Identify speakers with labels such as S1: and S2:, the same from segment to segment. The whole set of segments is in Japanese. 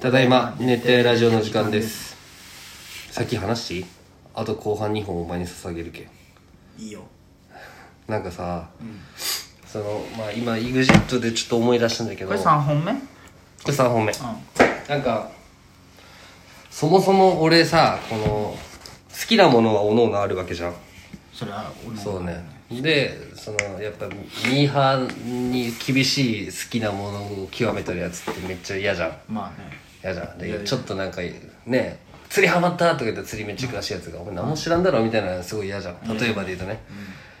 S1: ただいま熱帯ラジオの時間ですさっき話していいあと後半2本お前に捧げるけ
S2: いいよ
S1: なんかさ、そのまあ今 EXIT でちょっと思い出したんだけど
S2: これ3本目うん
S1: これ3本目なんかそもそも俺さこの好きなものはおのおのあるわけじゃん
S2: それは俺
S1: そうねでそのやっぱミーハーに厳しい好きなものを極めてるやつってめっちゃ嫌じゃん
S2: まあね
S1: 嫌じゃんでちょっとなんかね釣りハマったとか言ったら釣りめっちゃ詳しいやつが「お前何も知らんだろ」みたいなのすごい嫌じゃん例えばで言うとね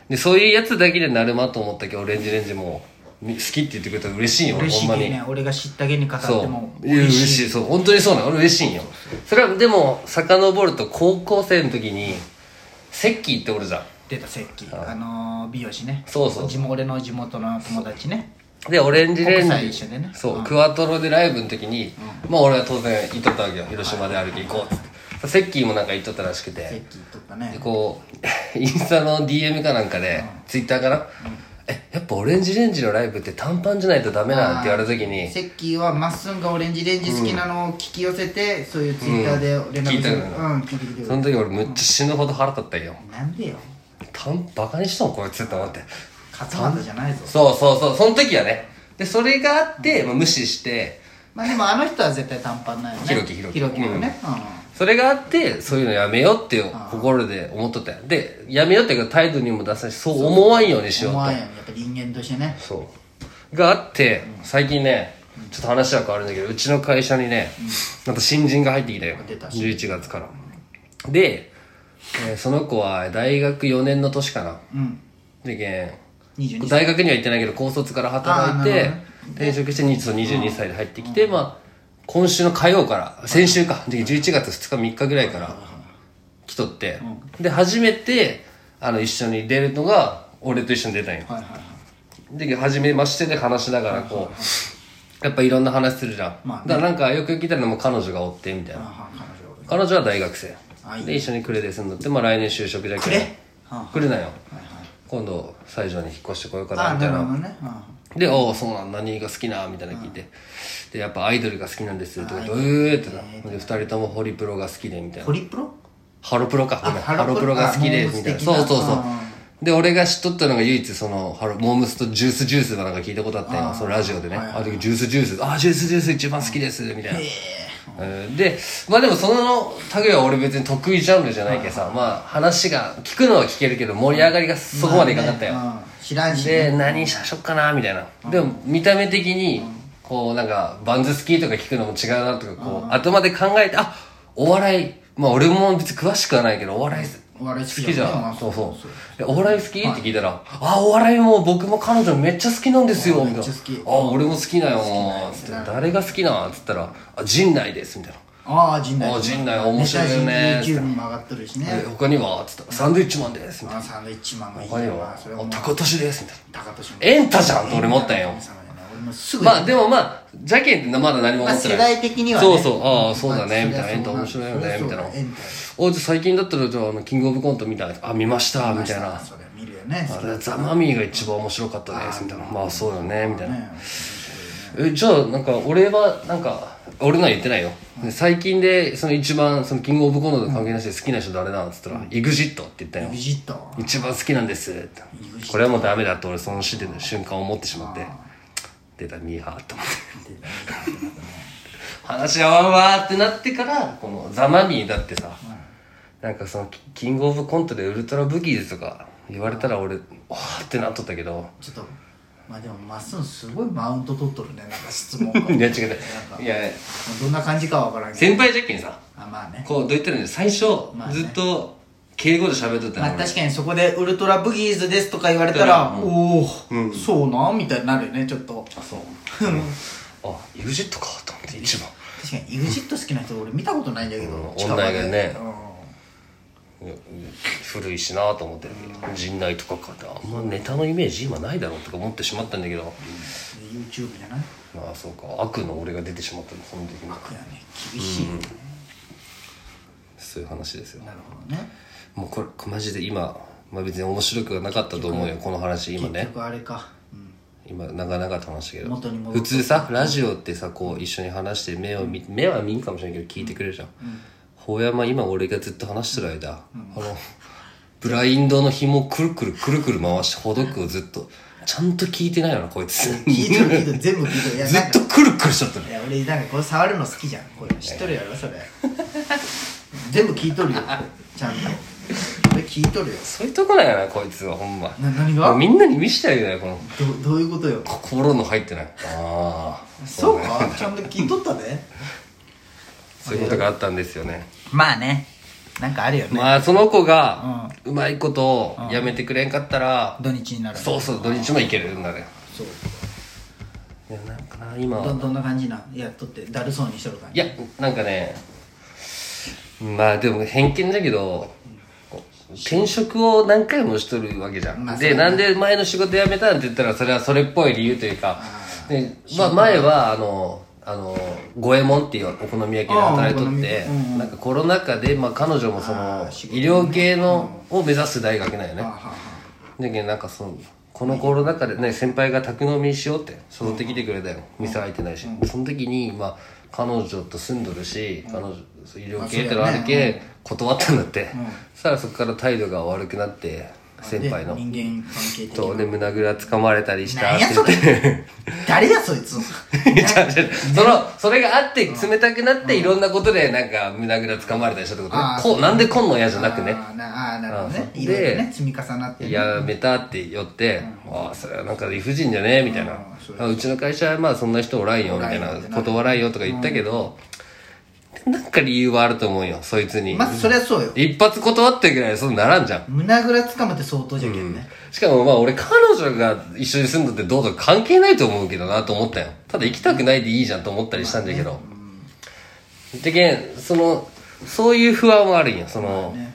S1: でそういうやつだけでなるまと思ったけどオレンジレンジもみ好きって言ってくれたら嬉しいよ俺
S2: 嬉し
S1: ほ
S2: い
S1: んま
S2: けど
S1: に
S2: ね俺が知ったげに語って
S1: そう
S2: も
S1: いや嬉しいそう本当にそうなの俺嬉しいんよそれはでも遡ると高校生の時にセッキーっておるじゃん
S2: 出た石器あのー美容師ね
S1: そうそう
S2: 地元俺の地元の友達ね
S1: でオレンジレン
S2: 国際
S1: ジ
S2: 一緒でね
S1: そう、
S2: うん
S1: クワトロでライブの時に、まあ俺は当然行っとったわけよ広島で歩き行こうっつってセッキーもなんか行っとったらしくて
S2: 石器取った
S1: で
S2: ね
S1: こう インスタの DM かなんかで、ツイッターかな、えやっぱオレンジレンジのライブって短パンじゃないとダメなんって言われた時に
S2: 石器はまっすんがオレンジレンジ好きなのを聞き寄せて、そういうツイッターで
S1: 聞
S2: 連絡
S1: いた
S2: る
S1: の
S2: うん
S1: よ
S2: 聞いてきてく
S1: そ
S2: れ
S1: の時俺むっちゃ死ぬほど腹立ったんよ
S2: なんでよ
S1: 短バカにしたのこいつって思って
S2: 勝俣じゃないぞ
S1: そうそうそうその時はねでそれがあって、まあ、無視して
S2: まあでもあの人は絶対短パンないよね
S1: ひろきひろき
S2: ひろきのね、うん
S1: それがあってそういうのやめようっていう心で思っとったよでやめようっていうか態度にも出さないしそう思わんようにしよう
S2: 思
S1: と
S2: わんやんやっぱ人間としてね
S1: そうがあって最近ねちょっと話は変わるんだけどうちの会社にねまた新人が入ってきたよ
S2: 出た
S1: 11月からで、えーその子は大学4年の年かな
S2: うん
S1: でけ
S2: 22
S1: ん
S2: 歳
S1: 大学には行ってないけど高卒から働いて転職してにそう22歳で入ってきて、まあ今週の火曜から先週かで11月2日3日ぐらいから来とって、で初めてあの一緒に出るのが俺と一緒に出たんよ、
S2: はいはいはい
S1: で初めましてで話しながらこうやっぱいろんな話するじゃん、
S2: まあね
S1: だからなんかよく聞いたのも彼女がおってみたい
S2: あ
S1: な
S2: は彼女
S1: 彼女は大学生
S2: あいい
S1: で一緒に暮れで住んどって、まあ、来年就職じゃけど
S2: 暮れは
S1: 暮れなんよ
S2: はいはい
S1: 今度西条に引っ越してこようか
S2: あ
S1: なみた
S2: ないるほ
S1: な
S2: どね、うん
S1: で「おおそうなん何が好きな?」みたいな聞いて「でやっぱアイドルが好きなんです」とか言って「うー」ってなで二人ともホリプロが好きでみたいな
S2: ホリプロ
S1: ハロプロかごめん
S2: ハ
S1: ハ
S2: ロ
S1: ロ
S2: プロ
S1: プロが好きで
S2: あモーム
S1: み
S2: ス
S1: たいな
S2: 的
S1: そ
S2: な
S1: うそうそう
S2: うん
S1: で俺が知っとったのが唯一そのハロモームスとジュースジュースがなんか聞いたことあったよそのラジオでね、あの時ジュースジュースあージュースジュース一番好きですみたいな、うんでまあでもその類は俺別に得意ジャンルじゃないけどさ、まあ話が聞くのは聞けるけど盛り上がりがそこまでいかなかったよ、
S2: まあねうん知らんし
S1: で
S2: ね
S1: 何しましょっかなみたいなでも見た目的にこうなんかバンズ好きとか聞くのも違うなとかこう後まで考えてあお笑いまあ俺も別に詳しくはないけどお笑い
S2: お笑い
S1: 好
S2: 好
S1: き
S2: き
S1: じ
S2: だよね
S1: ゃ
S2: ま
S1: ん
S2: あ
S1: そうそ
S2: そう
S1: うでお笑い好きって聞いたらあお笑いも僕も彼女めっちゃ好きなんですよ
S2: あ
S1: みたい
S2: めっ
S1: な
S2: ちゃ好き
S1: あ俺も好きなよつって
S2: な
S1: 誰が好きなっつったらあ陣内ですみたいな
S2: ああ陣内
S1: あ陣内面白いよね
S2: ネタし YouTube にも上がっとるしね
S1: で他にはつったらサンドイッチマンですみたい
S2: あサンドイッチマンがいい
S1: な他に
S2: よ
S1: は
S2: なそれはも
S1: あ
S2: う
S1: 高俊ですみたいな
S2: 高としも
S1: エンタじゃんと俺思ったんよ
S2: 俺もす ぐ
S1: まあでもまあ、ジャケンってまだ何も思ってない。
S2: まあ世代的にはね
S1: そうそう、ああ、そうだね、
S2: うん
S1: みたいな。エンタ面白いよね、
S2: そ
S1: み
S2: う
S1: た
S2: そ
S1: いうな。
S2: エンタ
S1: おじゃあ最近だったら、じゃああの、キングオブコント見たあ、見ました、みたいな。
S2: それ見るよね
S1: あれザ・マミィが一番面白かったです、みたいな。まあそうよね、みたいな。
S2: ね
S1: え、じゃあなんか、俺は、なんか、俺のは言ってないよ。で最近で、その一番、そのキングオブコントと関係なしで好きな人誰だっつったら、イグジットって言ったよ
S2: ビ。ジット
S1: 一番好きなんですってこれはもうダメだって俺その時点で瞬間思ってしまって出たミーハーと思って話合わんわーってなってからこのザ・マミィだってさなんかそのキキングオブコントでウルトラブギーズとか言われたら俺わーってなっとったけど
S2: ちょっとまあでもまっすぐすごいマウント取っとるねなんか質問が
S1: いや違う
S2: なんか
S1: いや
S2: どんな感じかは分からんけど
S1: 先輩じゃっけんさ
S2: あまあね
S1: こうどう言ってるんで最初
S2: まあね
S1: ずっと敬語で喋っとったの
S2: まあ
S1: 俺
S2: 確かにそこで「ウルトラブギーズです」とか言われたら「おお、そうなん?」みたいになるよねちょっと
S1: あそう
S2: うん
S1: あ EXIT かと思って一番
S2: 確かに EXIT 好きな人俺見たことないんだけど、
S1: うん
S2: 近場
S1: 女がね
S2: うん
S1: いや古いしなと思って陣内とかかってあんまネタのイメージ今ないだろうとか思ってしまったんだけど
S2: YouTube じゃない
S1: まあそうか悪の俺が出てしまったのその時に
S2: 悪やね厳しいよね、
S1: そういう話ですよ
S2: なるほどね
S1: もうこれこれマジで今、まあ、別に面白くはなかったと思うよこの話今ね
S2: 結局あれか、うん、
S1: 今長々と話したけど
S2: 元に戻
S1: 普
S2: って
S1: 通さラジオってさこう一緒に話して目を見目は見んかもしれないけど聞いてくれるじゃんほうやま今俺がずっと話してる間、あのブラインドの紐をくるくるくるくる回してほどくをずっとちゃんと聞いてないよなこいつず
S2: 聞いてる聞いてる全部聞いて るいや
S1: っとくるくるしちゃったね
S2: いや俺なんかこれ触るの好きじゃんこれ知っとるやろそれ 全部聞いとるよちゃんとこれ聞いとるよ
S1: そういうとこだよなこいつはほんま
S2: な何が
S1: もうみんなに見せてあげたよこの
S2: どどういうことよ
S1: 心の入ってないああ
S2: そうかちゃんと聞いとったで
S1: そういうことがあったんですよね
S2: まあねなんかあるよね、
S1: まあその子がうまいことをやめてくれんかったら、
S2: 土日になる
S1: そうそう土日も行けるんだね
S2: そう
S1: いやなんかな今は
S2: どどんな感じなんやっとってだるそうにしとる感
S1: い
S2: じ
S1: やなんかねまあでも偏見だけどこう転職を何回もしとるわけじゃん、
S2: まあ
S1: でなんで前の仕事辞めたんって言ったらそれはそれっぽい理由というかで、まあ、前はあのあの五右衛門っていうお好み焼きで働いとって
S2: ああお好み焼きうんうん
S1: なんかコロナ禍で、まあ、彼女もその
S2: ああ仕事
S1: 医療系のを目指す大学なんよね
S2: はあはあは
S1: だけどなんかそのこのコロナ禍でね先輩が宅飲みしようって誘ってきてくれたよ店開いてないしその時にまあ彼女と住んどるし彼女そう医療系ってのあるけ断ったんだってそしたらそこから態度が悪くなって
S2: あ
S1: 先輩の
S2: で人間関係的
S1: と
S2: な
S1: で胸ぐらつかまれたりした
S2: な
S1: っ
S2: んや
S1: て言
S2: そ
S1: って
S2: れ誰だそいつ
S1: ちゃうちゃう そのそれがあって冷たくなっていろんなことでなんか胸ぐらつかまれたりしたってことね
S2: ああ
S1: こうなんでこんの嫌じゃなくね
S2: あーなあーなるほど
S1: あ
S2: ね
S1: ーそう
S2: いろいろ
S1: で
S2: ね積み重なってね
S1: やめたって寄って、ああそれはなんか理不尽じゃねえみたいな、
S2: うんそう
S1: あうちの会社はまあそんな人おらんよみたい
S2: おら
S1: な
S2: んよってな
S1: 断らんよとか言ったけど、なんか理由はあると思うよそいつに、
S2: まずそりゃそうよ
S1: 一発断ってぐらいそうならんじゃん
S2: 胸ぐらつかまって相当じゃけんね、
S1: しかもまあ俺彼女が一緒に住んどってどうとか関係ないと思うけどなと思ったよただ行きたくないでいいじゃんと思ったりしたんだけど、でけんそのそういう不安はあるんよその、
S2: ね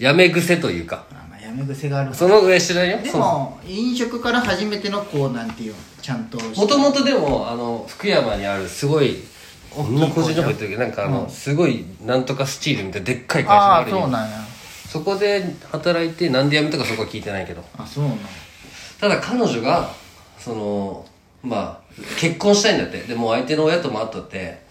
S1: やめ癖というか
S2: あまあやめ癖があるわ
S1: そのぐらい知らんよ
S2: で
S1: その
S2: も飲食から初めてのこうなんていうのちゃんと
S1: もともとでもあの福山にあるすごいこんな個人情報言ってるけどなんかあの、すごいなんとかスチールみたいなでっかい会社が
S2: あ
S1: あ
S2: あ
S1: る
S2: そう
S1: よ
S2: なんや
S1: そこで働いてなんで辞めたかそこは聞いてないけど
S2: あそうなん
S1: ただ彼女がそのまあ結婚したいんだってでもう相手の親とも会っとって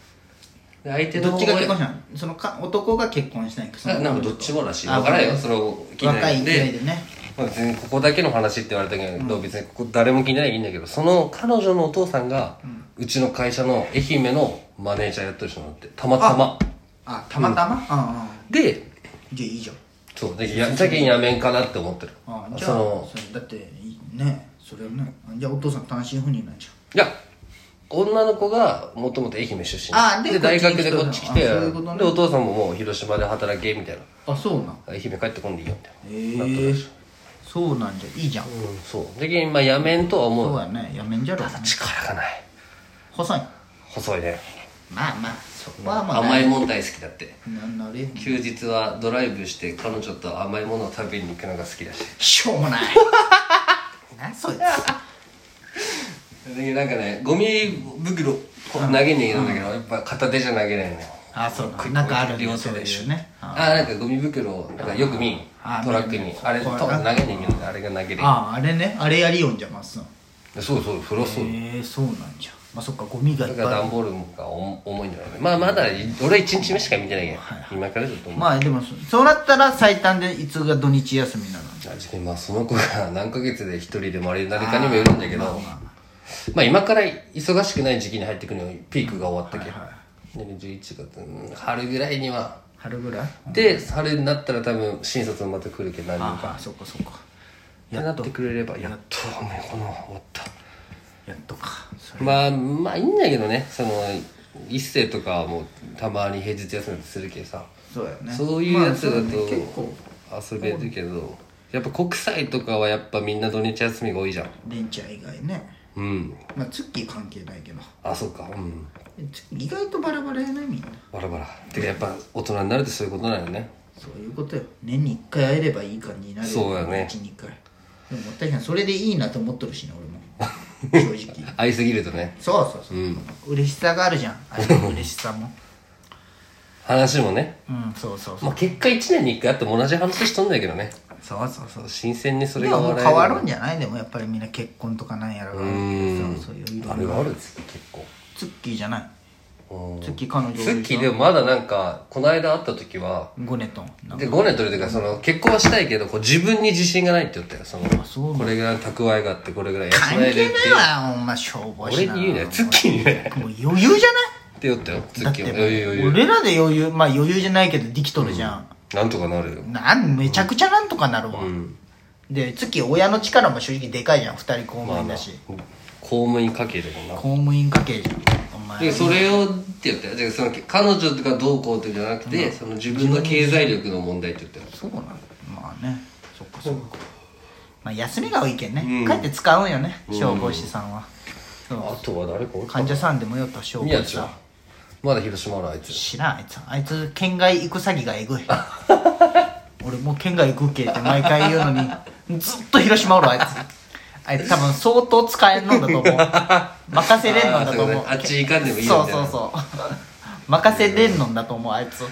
S1: で相手の
S2: どっちが結婚し
S1: した
S2: んそのか男が結婚したんやそ
S1: た
S2: の
S1: なんかどっちもらしい分からんよそれを聞いてない
S2: 若い
S1: で
S2: 時代でね
S1: まあ、別にここだけの話って言われたけど、別にここ誰も気にないいいんだけどその彼女のお父さんが、うちの会社の愛媛のマネージャーやってる人なんてたまたま
S2: あたまたま、うん、うん
S1: で
S2: じゃあいいじゃん
S1: そうでや最近やめんかなって思ってる
S2: あじゃあ
S1: その
S2: それだっていいねそれはねあじゃあお父さん単身赴任なんじゃん
S1: いや女の子がもともと愛媛出身
S2: あで
S1: 大学
S2: こっちに来
S1: で
S2: た
S1: こっち来て
S2: あそういうことね
S1: でお父さんももう広島で働けみたいな
S2: あそうなん
S1: 愛媛帰ってこんでいいよみたい
S2: ええ
S1: な、なっとるらしい
S2: そうなんじゃいいじゃん、
S1: うん、そうで今やめんとは思
S2: そう
S1: う
S2: やねやめんじゃろうね
S1: 力がない
S2: 細い
S1: 細いね
S2: まあまあそこはまあ
S1: 甘いもん大好きだって
S2: ななるよ
S1: 休日はドライブして彼女と甘いものを食べに行くのが好きだし
S2: しょう もないなそいつ
S1: でなんかねゴミ袋こう投げに行くんだけど、やっぱ片手じゃ投げないのよ
S2: あそうなんなんかあるね
S1: 両手
S2: そう
S1: で
S2: いうね
S1: あ
S2: あ
S1: ーなんかゴミ袋をなんかよく見ん
S2: あー
S1: トラックに
S2: 見る
S1: あれと
S2: こう
S1: 投げに行くんだあれが投げれん
S2: ああれねあれやりよんじゃまっすんへ
S1: でそうそうそりゃそうだ
S2: えそうなんじゃまあそっかゴミがいっぱい
S1: から
S2: あ
S1: 段
S2: る
S1: ボールが重重いんじゃないまあまだ俺1日目しか見てないけど、今からちょっと思う
S2: まあでもそそうなったら最短でいつが土日休みなの
S1: あちょっと今その子が何ヶ月で一人でもあれ誰かにもよるんだけどまあ今から忙しくない時期に入ってくるのピークが終わったけ、ど11月うん春ぐらいには
S2: 春ぐらい
S1: で春になったら多分新卒もまた来るけど何人か
S2: ああそっかそっか
S1: ってなってくれればやっとねこの終わった
S2: やっとかそれ
S1: まあまあいいんだけどねその一世とかはもうたまに平日休みだとするけどさ
S2: そうやね
S1: そういうやつだと
S2: まあそうね
S1: 遊
S2: 結構
S1: べるけどやっぱ国際とかはやっぱみんな土日休みが多いじゃん
S2: レンチャー以外ね
S1: うん
S2: まあツッキー関係ないけど
S1: あそうかうん
S2: ツッキー意外とバラバラやねみんな
S1: バラバラてかやっぱ大人になるってそういうことなのね
S2: そういうことよ年に1回会えればいい感じになるよ
S1: そうやね
S2: 1日回でももったいないそれでいいなと思っとるしね俺 も正直
S1: 会いすぎるとね
S2: そうそうそう、嬉しさがあるじゃんあれの嬉しさも
S1: 話もね
S2: うんそうそうそう
S1: まあ結果1年に1回あっても同じ話しとんだけどね
S2: そうそうそう
S1: そう新鮮にそれ
S2: で
S1: が
S2: も
S1: 笑え
S2: 変わるんじゃないでもやっぱりみんな結婚とかなんやらがあ
S1: う
S2: るけど
S1: ん
S2: さそういういろ
S1: あ
S2: ん
S1: れ
S2: な
S1: があるんですよ結構
S2: ツッキーじゃない
S1: うん
S2: ツッキー彼女
S1: ツッキーでもまだなんかこの間会った時は
S2: ゴネトンなんか
S1: でゴネとるというかその結婚はしたいけどこう自分に自信がないって言ったよその
S2: そう
S1: これぐらいの蓄えがあってこれぐらい養
S2: 関係
S1: え
S2: な
S1: る
S2: い
S1: って
S2: わお前しょぼいしな
S1: 俺に言うなよツッキーに言うなよ
S2: もう余裕じゃな
S1: っ
S2: い
S1: て言ったよツ
S2: だ
S1: ッ
S2: っ
S1: キ
S2: て
S1: ーは余裕余裕
S2: 俺らで余裕まあ余裕じゃないけどできとるじゃん、
S1: なんとかなるよ
S2: なんめちゃくちゃなんとかなるわ、
S1: ん
S2: で月親の力も正直でかいじゃん二人公務員だし、
S1: 公務員家系でもな
S2: 公務員家系じゃんお前
S1: でそれをって言ったよでその彼女がどうこうってじゃなくて、その自分の経済力の問題って言ったよ
S2: そうなんだまあねそっかそっか、まあ休みが多いけんね、
S1: うん
S2: 帰って使うんよね消防士さんは、
S1: あ
S2: そ
S1: とは誰かお
S2: う
S1: るか
S2: 患者さんでもよった消防
S1: 宮
S2: 士
S1: 地
S2: さん
S1: はまだ広島のあいつ
S2: 知らんあいつあいつ県外行く詐欺がえ ぐい俺もう県外行くけって毎回言うのにずっと広島おるあいつあいつ多分相当使えんの だと思う任せれんのだと
S1: あーそ
S2: 思う
S1: うねあっち行かんでもいいよみ
S2: そう
S1: たい
S2: そう
S1: な
S2: そう任せれんのだと思うあいつ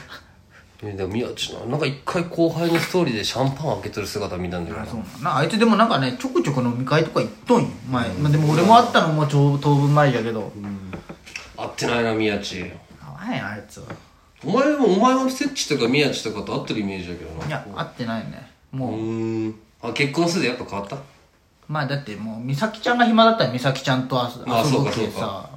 S1: えでも宮地のなんか一回後輩のストーリーでシャンパン開けてる姿見たんだけどな
S2: そうなんなあいつでもなんかねちょくちょく飲み会とか行っとんよ前、まあ、でも俺も会ったのもちょう当分前じゃけど、
S1: 会ってないな宮地
S2: 合わへんあいつは
S1: お前もお前はセッチとか宮地とかと会ってるイメージだけどない
S2: や会ってないねもう
S1: うーんあ結婚するでやっぱ変わった
S2: まあだってもう美咲ちゃんが暇だったら美咲ちゃんと遊
S1: あ
S2: 遊
S1: そう
S2: ぶ
S1: か
S2: けどさわ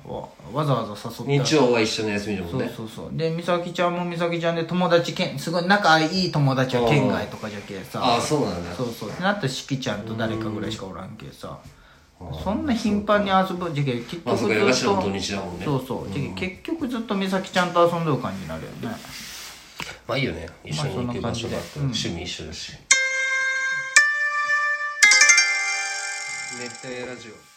S2: わざわざ誘った
S1: 日曜は一緒の休みだもん
S2: そう
S1: ね
S2: そうそうで美咲ちゃんも美咲ちゃんで友達けんすごい仲いい友達は県外とかじゃけ
S1: あ
S2: さ
S1: あそうなんだ
S2: そうそうってなったらしきちゃんと誰かぐらいしかおらんけさそんな頻繁に遊ぶじゃけ結
S1: まあ
S2: 局
S1: そ
S2: ず
S1: っか矢
S2: っ
S1: 頭
S2: と
S1: の土日だもんね
S2: そうそうじゃけ結局ずっと美咲ちゃんと遊んでる感じになるよね
S1: まあいいよね一緒に行ける場所だって、
S2: まあ
S1: 趣味一緒だし熱帯ラジオ